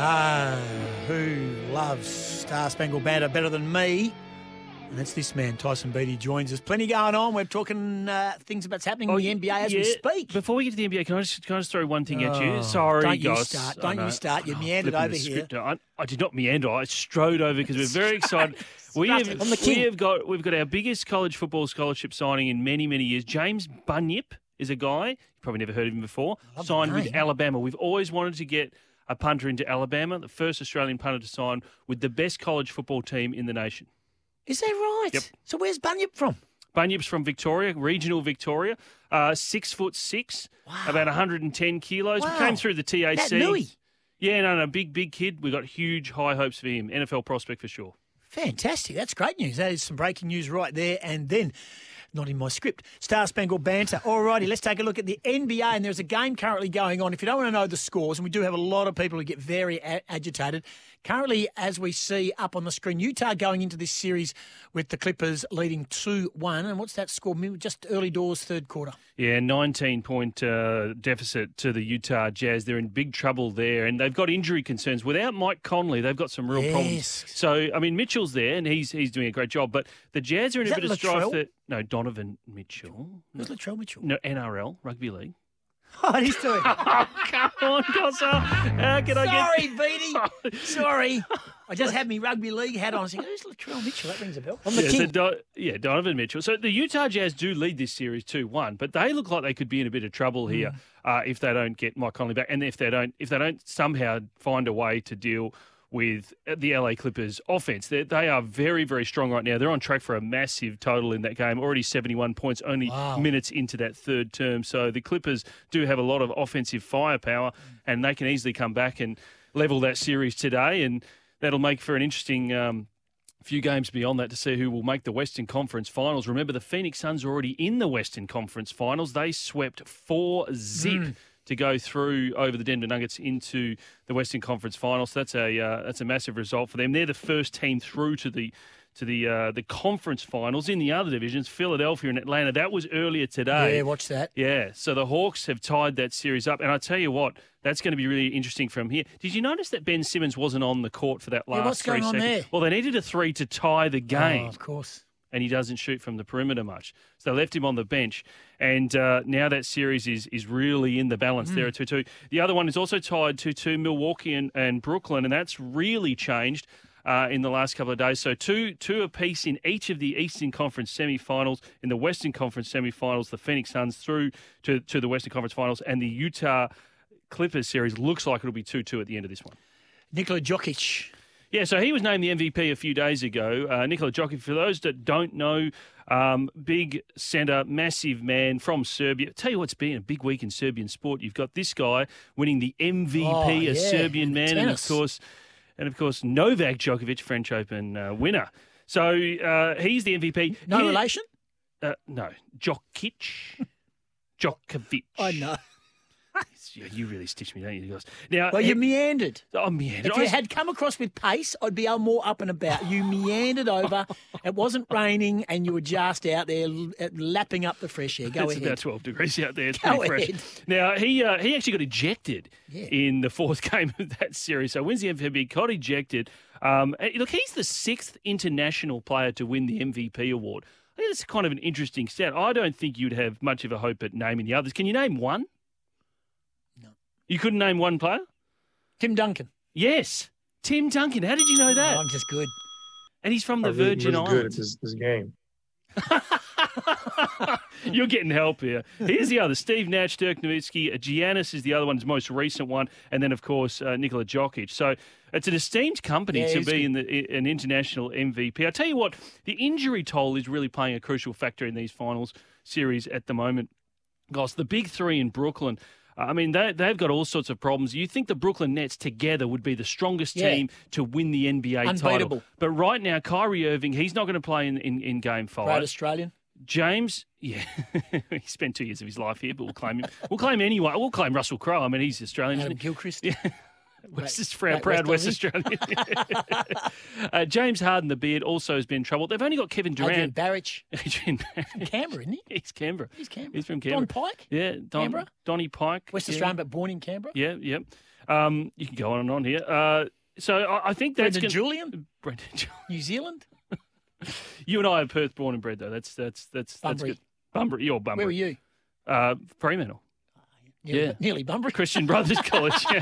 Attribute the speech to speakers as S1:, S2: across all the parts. S1: Ah, who loves Star Spangled Banner better than me? And that's this man, Tyson Beatty, joins us. Plenty going on. We're talking uh, things that's happening in the NBA as we
S2: Oh, yeah.
S1: speak.
S2: Before we get to the NBA, can I just can I just throw one thing at
S1: Oh,
S2: you? Sorry,
S1: don't you
S2: guys.
S1: start.
S2: I
S1: Don't you
S2: know.
S1: start. You
S2: Oh,
S1: meandered
S2: flipping
S1: over
S2: the
S1: here.
S2: script. I, I did not meander. I strode over because we're very excited. We have,
S1: I'm the king.
S2: we have got we've got our biggest college football scholarship signing in many many years. James Bunyip is a guy you probably never heard of him before.
S1: love the
S2: Signed with
S1: name.
S2: Alabama. We've always wanted to get a punter into Alabama, the first Australian punter to sign with the best college football team in the nation.
S1: Is that right?
S2: Yep.
S1: So where's Bunyip from?
S2: Bunyip's from Victoria, regional Victoria, uh, six foot six, about 110 kilos.
S1: Wow.
S2: Came through the TAC.
S1: That Nui.
S2: Yeah, no, no, big, big kid. We got huge, high hopes for him. NFL prospect for sure.
S1: Fantastic. That's great news. That is some breaking news right there and then. Not in my script. Star Spangled Banter. All righty, let's take a look at the NBA. And there's a game currently going on. If you don't want to know the scores, and we do have a lot of people who get very a- agitated. Currently, as we see up on the screen, Utah going into this series with the Clippers leading 2 1. And what's that score? Maybe Just early doors, third quarter.
S2: Yeah, 19 point uh, deficit to the Utah Jazz. They're in big trouble there, and they've got injury concerns. Without Mike Conley, they've got some real problems.
S1: Yes.
S2: So, I mean, Mitchell's there, and he's he's doing a great job, but the Jazz are in
S1: Is
S2: a
S1: that
S2: bit of strife.
S1: Latrell?
S2: That, no, Donovan Mitchell. No,
S1: Who's Latrell Mitchell?
S2: no, NRL, Rugby League.
S1: Oh, he's doing.
S2: Oh, come on, Gossa. How can I
S1: Sorry,
S2: get...
S1: Beatty. Sorry. I just had me rugby league hat on. I was thinking, who's Latrell Mitchell? That rings a bell. I'm the
S2: Yeah, so
S1: king.
S2: Do- yeah, Donovan Mitchell. So the Utah Jazz do lead this series 2-1, but they look like they could be in a bit of trouble
S1: Mm.
S2: here uh, if they don't get Mike Conley back and if they don't if they don't somehow find a way to deal with uh, the LA Clippers offense. They, they are very very strong right now. They're on track for a massive total in that game. Already 71 points only
S1: Wow.
S2: minutes into that third term. So the Clippers do have a lot of offensive firepower and they can easily come back and level that series today and that'll make for an interesting um, few games beyond that to see who will make the Western Conference Finals. Remember, the Phoenix Suns are already in the Western Conference Finals. They swept four zip to go through over the Denver Nuggets into the Western Conference Finals. That's a uh, that's a massive result for them. They're the first team through to the to the uh, the conference finals in the other divisions, Philadelphia and Atlanta. That was earlier today.
S1: Yeah, watch that.
S2: Yeah, so the Hawks have tied that series up, and I tell you what, that's going to be really interesting from here. Did you notice that Ben Simmons wasn't on the court for that last
S1: what's
S2: three
S1: going on
S2: seconds?
S1: there?
S2: Well, they needed a three to tie the game,
S1: Oh, of course.
S2: and he doesn't shoot from the perimeter much, so they left him on the bench, and uh, now that series is is really in the balance there at two two. The other one is also tied to two Milwaukee and, and Brooklyn, and that's really changed. Uh, in the last couple of days, so two two apiece in each of the Eastern Conference semifinals. In the Western Conference semifinals, the Phoenix Suns through to to the Western Conference finals, and the Utah Clippers series looks like it'll be two two at the end of this one.
S1: Nikola Jokic.
S2: Yeah, so he was named the MVP a few days ago. Uh, Nikola Jokic, for those that don't know, um, big centre, massive man from Serbia. Tell you what's been a big week in Serbian sport. You've got this guy winning the MVP,
S1: Oh,
S2: a
S1: yeah,
S2: Serbian
S1: and
S2: man, and of
S1: tennis.
S2: course, and of course Novak Djokovic, French Open uh, winner. So uh, he's the MVP.
S1: No
S2: Here-
S1: relation?
S2: Uh, no, Jokic. Djokovic.
S1: I know.
S2: Yeah, you really stitched me, don't you guys? Now,
S1: Well, you meandered.
S2: oh man,
S1: If
S2: I-
S1: you had come across with pace, I'd be more up and about. You meandered over. It wasn't raining, and you were just out there l- uh, lapping up the fresh air. Go
S2: it's
S1: ahead.
S2: about 12 degrees out there. It's
S1: Go
S2: pretty fresh.
S1: ahead.
S2: Now, he uh, he actually got ejected
S1: Yeah.
S2: in the fourth game of that series. So wins the MVP, got eh, ejected. Um, and look, he's the sixth international player to win the MVP award. It's kind of an interesting stat. I don't think you'd have much of a hope at naming the others. Can you name one?
S1: No.
S2: You couldn't name one player?
S1: Tim Duncan.
S2: Yes. Tim Duncan. How did you know that?
S1: Oh, I'm just good.
S2: and he's from
S3: I
S2: the
S3: really-
S2: Virgin
S3: really good at
S2: Islands.
S3: this, this game.
S2: You're getting help here. Here's the other Steve Nash, Dirk Nowitzki, Uh, Giannis is the other one, his most recent one, and then, of course, uh, Nikola Jokic. So it's an esteemed company
S1: Yeah,
S2: to
S1: he's
S2: be in the, i- an international MVP. I tell you what, the injury toll is really playing a crucial factor in these finals series at the moment. Gosh, the big three in Brooklyn. uh, I mean, they, they've got all sorts of problems. You think the Brooklyn Nets together would be the strongest
S1: Yeah.
S2: team to win the NBA
S1: Unbeatable.
S2: title. But right now, Kyrie Irving, he's not going to play in, in, in game five.
S1: Great Australian.
S2: James, yeah, he spent two years of his life here, but we'll claim him. We'll claim anyone. We'll claim Russell Crowe. I mean, he's Australian.
S1: Adam
S2: isn't he?
S1: Gilchrist. Um,
S2: West,
S1: West-
S2: proud,
S1: West
S2: proud West
S1: Aussie.
S2: Australian. uh, James Harden, the beard, also has been in trouble. They've only got Kevin
S1: Adrian
S2: Durant.
S1: Barrich.
S2: Adrian Barrett.
S1: Canberra, isn't he?
S2: he's Canberra.
S1: He's Canberra.
S2: He's from
S1: Don
S2: Canberra.
S1: Pike.
S2: Yeah, Don,
S1: Canberra?
S2: Donny Pike.
S1: West
S2: yeah.
S1: Australian, but born in Canberra.
S2: Yeah, yeah. Um, you can go on and on here. Uh, so I, I think that's
S1: Brendan
S2: gonna-
S1: Julian,
S2: Brendan Ju-
S1: New Zealand.
S2: You and I are Perth born and bred, though. That's that's that's that's
S1: Bunbury.
S2: good. Bunbury, you're Bunbury.
S1: Where were you?
S2: Uh, Fremantle.
S1: Nearly,
S2: Yeah.
S1: nearly Bunbury.
S2: Christian Brothers College.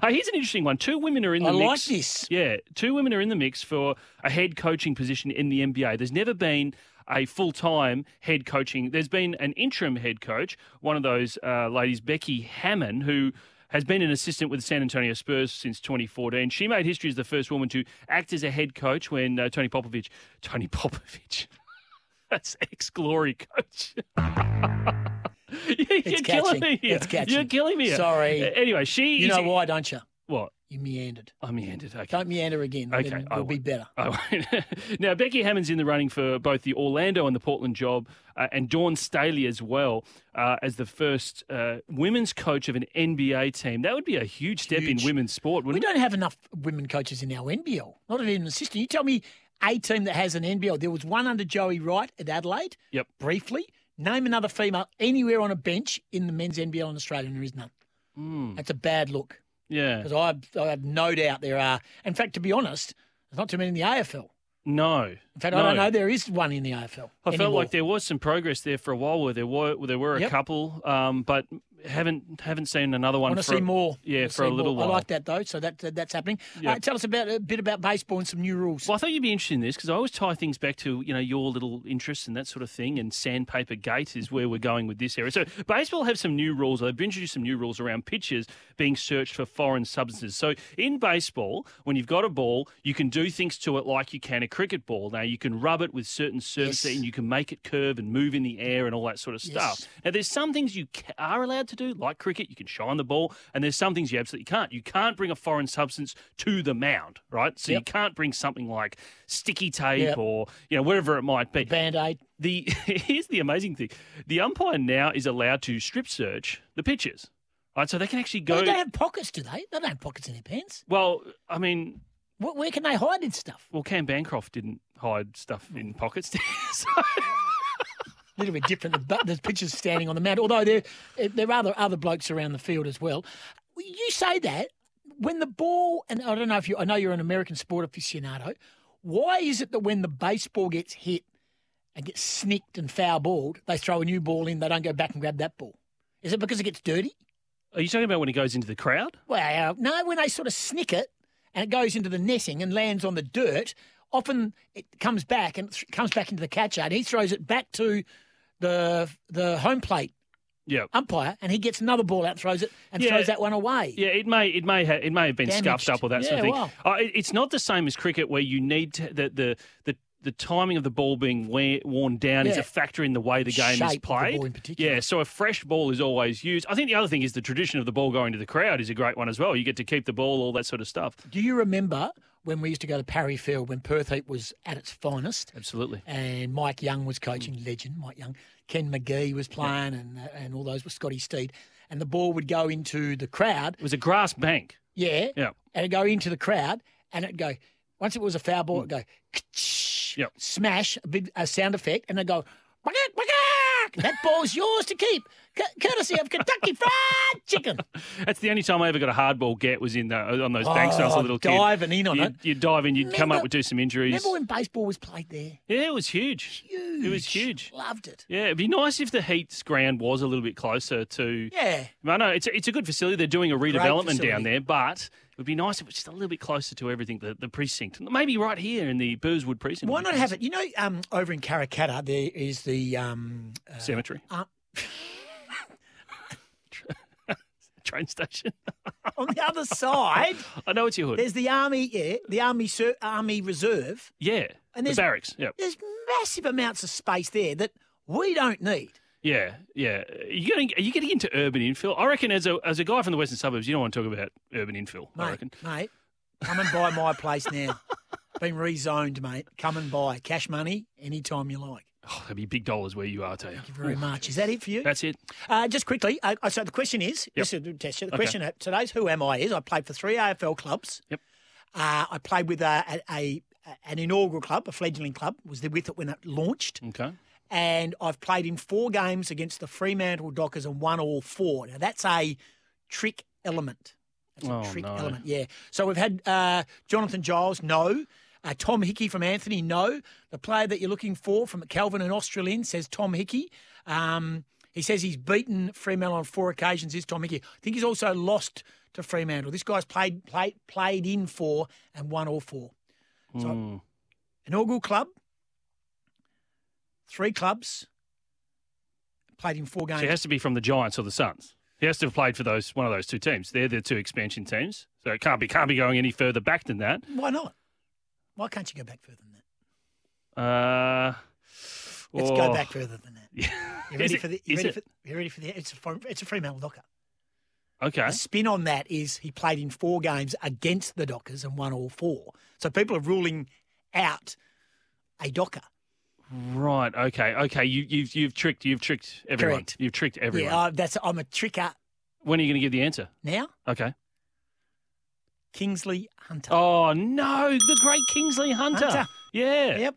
S2: Hey, here's an interesting one. Two women are in the
S1: I like
S2: mix.
S1: this.
S2: Yeah, two women are in the mix for a head coaching position in the NBA. There's never been a full time head coaching. There's been an interim head coach, one of those uh, ladies, Becky Hammond, who has been an assistant with the San Antonio Spurs since 2014. She made history as the first woman to act as a head coach when uh, Tony Popovich, Tony Popovich, that's ex glory coach. You're
S1: It's catching.
S2: killing me. Here.
S1: It's catching.
S2: You're killing me. here.
S1: Sorry.
S2: Anyway, she.
S1: You
S2: is-
S1: know why, don't you?
S2: What?
S1: You meandered.
S2: I meandered. Okay.
S1: Don't meander again.
S2: Okay,
S1: Then
S2: I
S1: we'll be
S2: won't.
S1: better.
S2: Oh, now, Becky Hammond's in the running for both the Orlando and the Portland job, uh, and Dawn Staley as well uh, as the first uh, women's coach of an NBA team. That would be a huge step
S1: Huge.
S2: in women's sport,
S1: We
S2: wouldn't
S1: don't have enough women coaches in our NBL. Not even an assistant. You tell me a team that has an NBL. There was one under Joey Wright at Adelaide.
S2: Yep.
S1: Briefly. Name another female anywhere on a bench in the men's NBL in Australia, and there is none.
S2: Hmm.
S1: That's a bad look
S2: it? Mm. Yeah.
S1: because I, I have no doubt there are. In fact, to be honest, there's not too many in the AFL.
S2: No.
S1: In fact, I don't
S2: No.
S1: know there is one in the AFL.
S2: I felt
S1: anymore.
S2: like there was some progress there for a while, where there were there were a
S1: Yep.
S2: couple, um, but haven't haven't seen another one.
S1: I want to
S2: for a-
S1: see more.
S2: Yeah,
S1: Wanna
S2: for a
S1: see
S2: little
S1: more.
S2: while.
S1: I like that though. So that, that that's happening.
S2: Yeah.
S1: Uh, tell us about a bit about baseball and some new rules.
S2: Well, I thought you'd be interested in this because I always tie things back to you know your little interests and that sort of thing. And Sandpaper Gate is where we're going with this area. So baseball have some new rules. They've introduced some new rules around pitches being searched for foreign substances. So in baseball, when you've got a ball, you can do things to it like you can a cricket ball. Now you can rub it with certain surfaces
S1: Yes.
S2: and you can make it curve and move in the air and all that sort of stuff.
S1: Yes.
S2: Now there's some things you ca- are allowed to do, like cricket, you can shine the ball, and there's some things you absolutely can't. You can't bring a foreign substance to the mound, right? So you
S1: Yep.
S2: can't bring something like sticky tape
S1: Yep.
S2: or you know whatever it might be.
S1: Band aid.
S2: The here's the amazing thing: the umpire now is allowed to strip search the pitches, right? So they can actually
S1: They
S2: go.
S1: don't have pockets, do they? They don't have pockets in their pants.
S2: well, I mean,
S1: Where, where can they hide this stuff?
S2: well, Cam Bancroft didn't hide stuff in pockets. so,
S1: A little bit different. The, bu- the pitchers standing on the mound, although there eh, there are other other blokes around the field as well. You say that when the ball, and I don't know if you, I know you're an American sport aficionado. Why is it that when the baseball gets hit and gets snicked and foul balled, they throw a new ball in? They don't go back and grab that ball. Is it because it gets dirty?
S2: are you talking about when he goes into the crowd?
S1: Well, no, when they sort of snick it and it goes into the netting and lands on the dirt, often it comes back and th- comes back into the catcher and he throws it back to the the home plate
S2: Yeah.
S1: umpire and he gets another ball out, throws it, and
S2: Yeah.
S1: throws that one away.
S2: Yeah, it may it may ha- it may have been scuffed
S1: Damaged.
S2: up or that sort
S1: Yeah,
S2: of thing.
S1: wow.
S2: Uh, it- it's not the same as cricket where you need to, the, the the the timing of the ball being wear, worn down is
S1: Yeah.
S2: a factor in the way the game
S1: Shape of
S2: is
S1: the
S2: played.
S1: ball in particular.
S2: Yeah, so a fresh ball is always used. I think the other thing is the tradition of the ball going to the crowd is a great one as well. You get to keep the ball, all that sort of stuff.
S1: Do you remember when we used to go to Parry Field when Perth Heat was at its finest?
S2: Absolutely.
S1: and Mike Young was coaching,
S2: Mm.
S1: legend Mike Young. Ken McGee was playing, and and all those were Scotty Steed. And the ball would go into the crowd,
S2: It was a grass bank.
S1: yeah,
S2: Yeah.
S1: and it'd go into the crowd, and it'd go. Once it was a foul ball, it'd go, "Ka-tsh,"
S2: Yep.
S1: smash, a, big, a sound effect, and they go, "Wagak, wagak." that ball's yours to keep. courtesy of Kentucky Fried Chicken.
S2: That's the only time I ever got a hardball get was in the, on those banks when I was
S1: Oh,
S2: a little kid.
S1: diving in on
S2: you'd,
S1: it.
S2: You'd dive in, you'd come
S1: Remember-
S2: up with do some injuries.
S1: Remember when baseball was played there?
S2: yeah, it was huge.
S1: Huge.
S2: It was huge.
S1: Loved it.
S2: Yeah, it'd be nice if the Heat's ground was a little bit closer to.
S1: Yeah.
S2: I know it's a, it's a good facility. They're doing a redevelopment
S1: facility.
S2: down there, but it would be nice if it was just a little bit closer to everything, the, the precinct. Maybe right here in the Burswood precinct.
S1: Why not have it? You know, um, over in Karakata, there is the um, uh,
S2: Cemetery.
S1: uh,
S2: Train station.
S1: on the other side.
S2: I know it's your hood.
S1: There's the army, yeah, the army Ser- army reserve.
S2: yeah.
S1: and
S2: the
S1: there's-
S2: barracks. Yep.
S1: There's massive amounts of space there that we don't need.
S2: Yeah, yeah. Are you getting are you getting into urban infill? I reckon as a as a guy from the western suburbs, you don't want to talk about urban infill. I
S1: Mate,
S2: reckon.
S1: mate, come and buy my place now. Been rezoned, mate. Come and buy. Cash money anytime you like.
S2: Oh, that'd be big dollars where you are, tell you.
S1: Thank you very much. Is that it for you?
S2: That's it.
S1: Uh, just quickly, uh, so the question is, this is a test you. The
S2: Okay.
S1: question today's "Who am I?" is I played for three AFL clubs.
S2: Yep.
S1: Uh, I played with a, a, a an inaugural club, a fledgling club, was there with it when it launched,
S2: Okay.
S1: and I've played in four games against the Fremantle Dockers and won all four. Now that's a trick element. That's a
S2: Oh,
S1: trick
S2: no.
S1: element. Yeah. So we've had uh, Jonathan Giles, no. Uh, Tom Hickey from Anthony, no. The player that you're looking for from Calvin and Australin says Tom Hickey. Um, he says he's beaten Fremantle on four occasions. Is Tom Hickey? I think he's also lost to Fremantle. This guy's played played played in four and won all four. So-
S2: Mm.
S1: Inaugural club, three clubs, played in four
S2: So
S1: games.
S2: he has to be from the Giants or the Suns. He has to have played for those one of those two teams. They're the two expansion teams. So it can't be can't be going any further back than that.
S1: Why not? Why can't you go back further than that?
S2: Uh
S1: Let's
S2: oh.
S1: go back further than that. You
S2: Is
S1: ready
S2: it-
S1: for the? You
S2: is
S1: ready
S2: it?
S1: for? You ready for the? It's a fr- it's a Fremantle Docker.
S2: Okay.
S1: The spin on that is he played in four games against the Dockers and won all four. So people are ruling out a Docker.
S2: Right. Okay. Okay. You you've you've tricked you've tricked everyone.
S1: Correct.
S2: You've tricked everyone.
S1: Yeah, I, that's I'm a tricker
S2: when are you gonna give the answer?
S1: now.
S2: Okay.
S1: Kingsley Hunter.
S2: Oh no, the great Kingsley Hunter.
S1: Hunter.
S2: Yeah.
S1: Yep.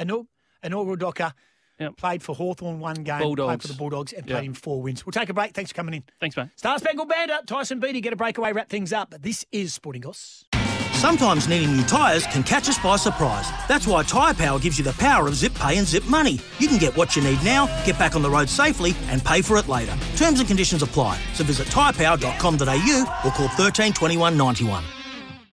S1: Inaug- inaugural Docker.
S2: Yep.
S1: Played for Hawthorn one game. Played
S2: Bulldogs.
S1: for the Bulldogs and
S2: Yeah.
S1: played in four wins. We'll take a break. Thanks for coming in.
S2: Thanks, mate.
S1: Star Spangled Banner, Tyson Beattie, get a breakaway, wrap things up. This is Sporting Goss.
S3: Sometimes needing new tyres can catch us by surprise. That's why Tyre Power gives you the power of zip pay and zip money. You can get what you need now, get back on the road safely, and pay for it later. Terms and conditions apply. So visit tyrepower.com.au or call 13 21 91.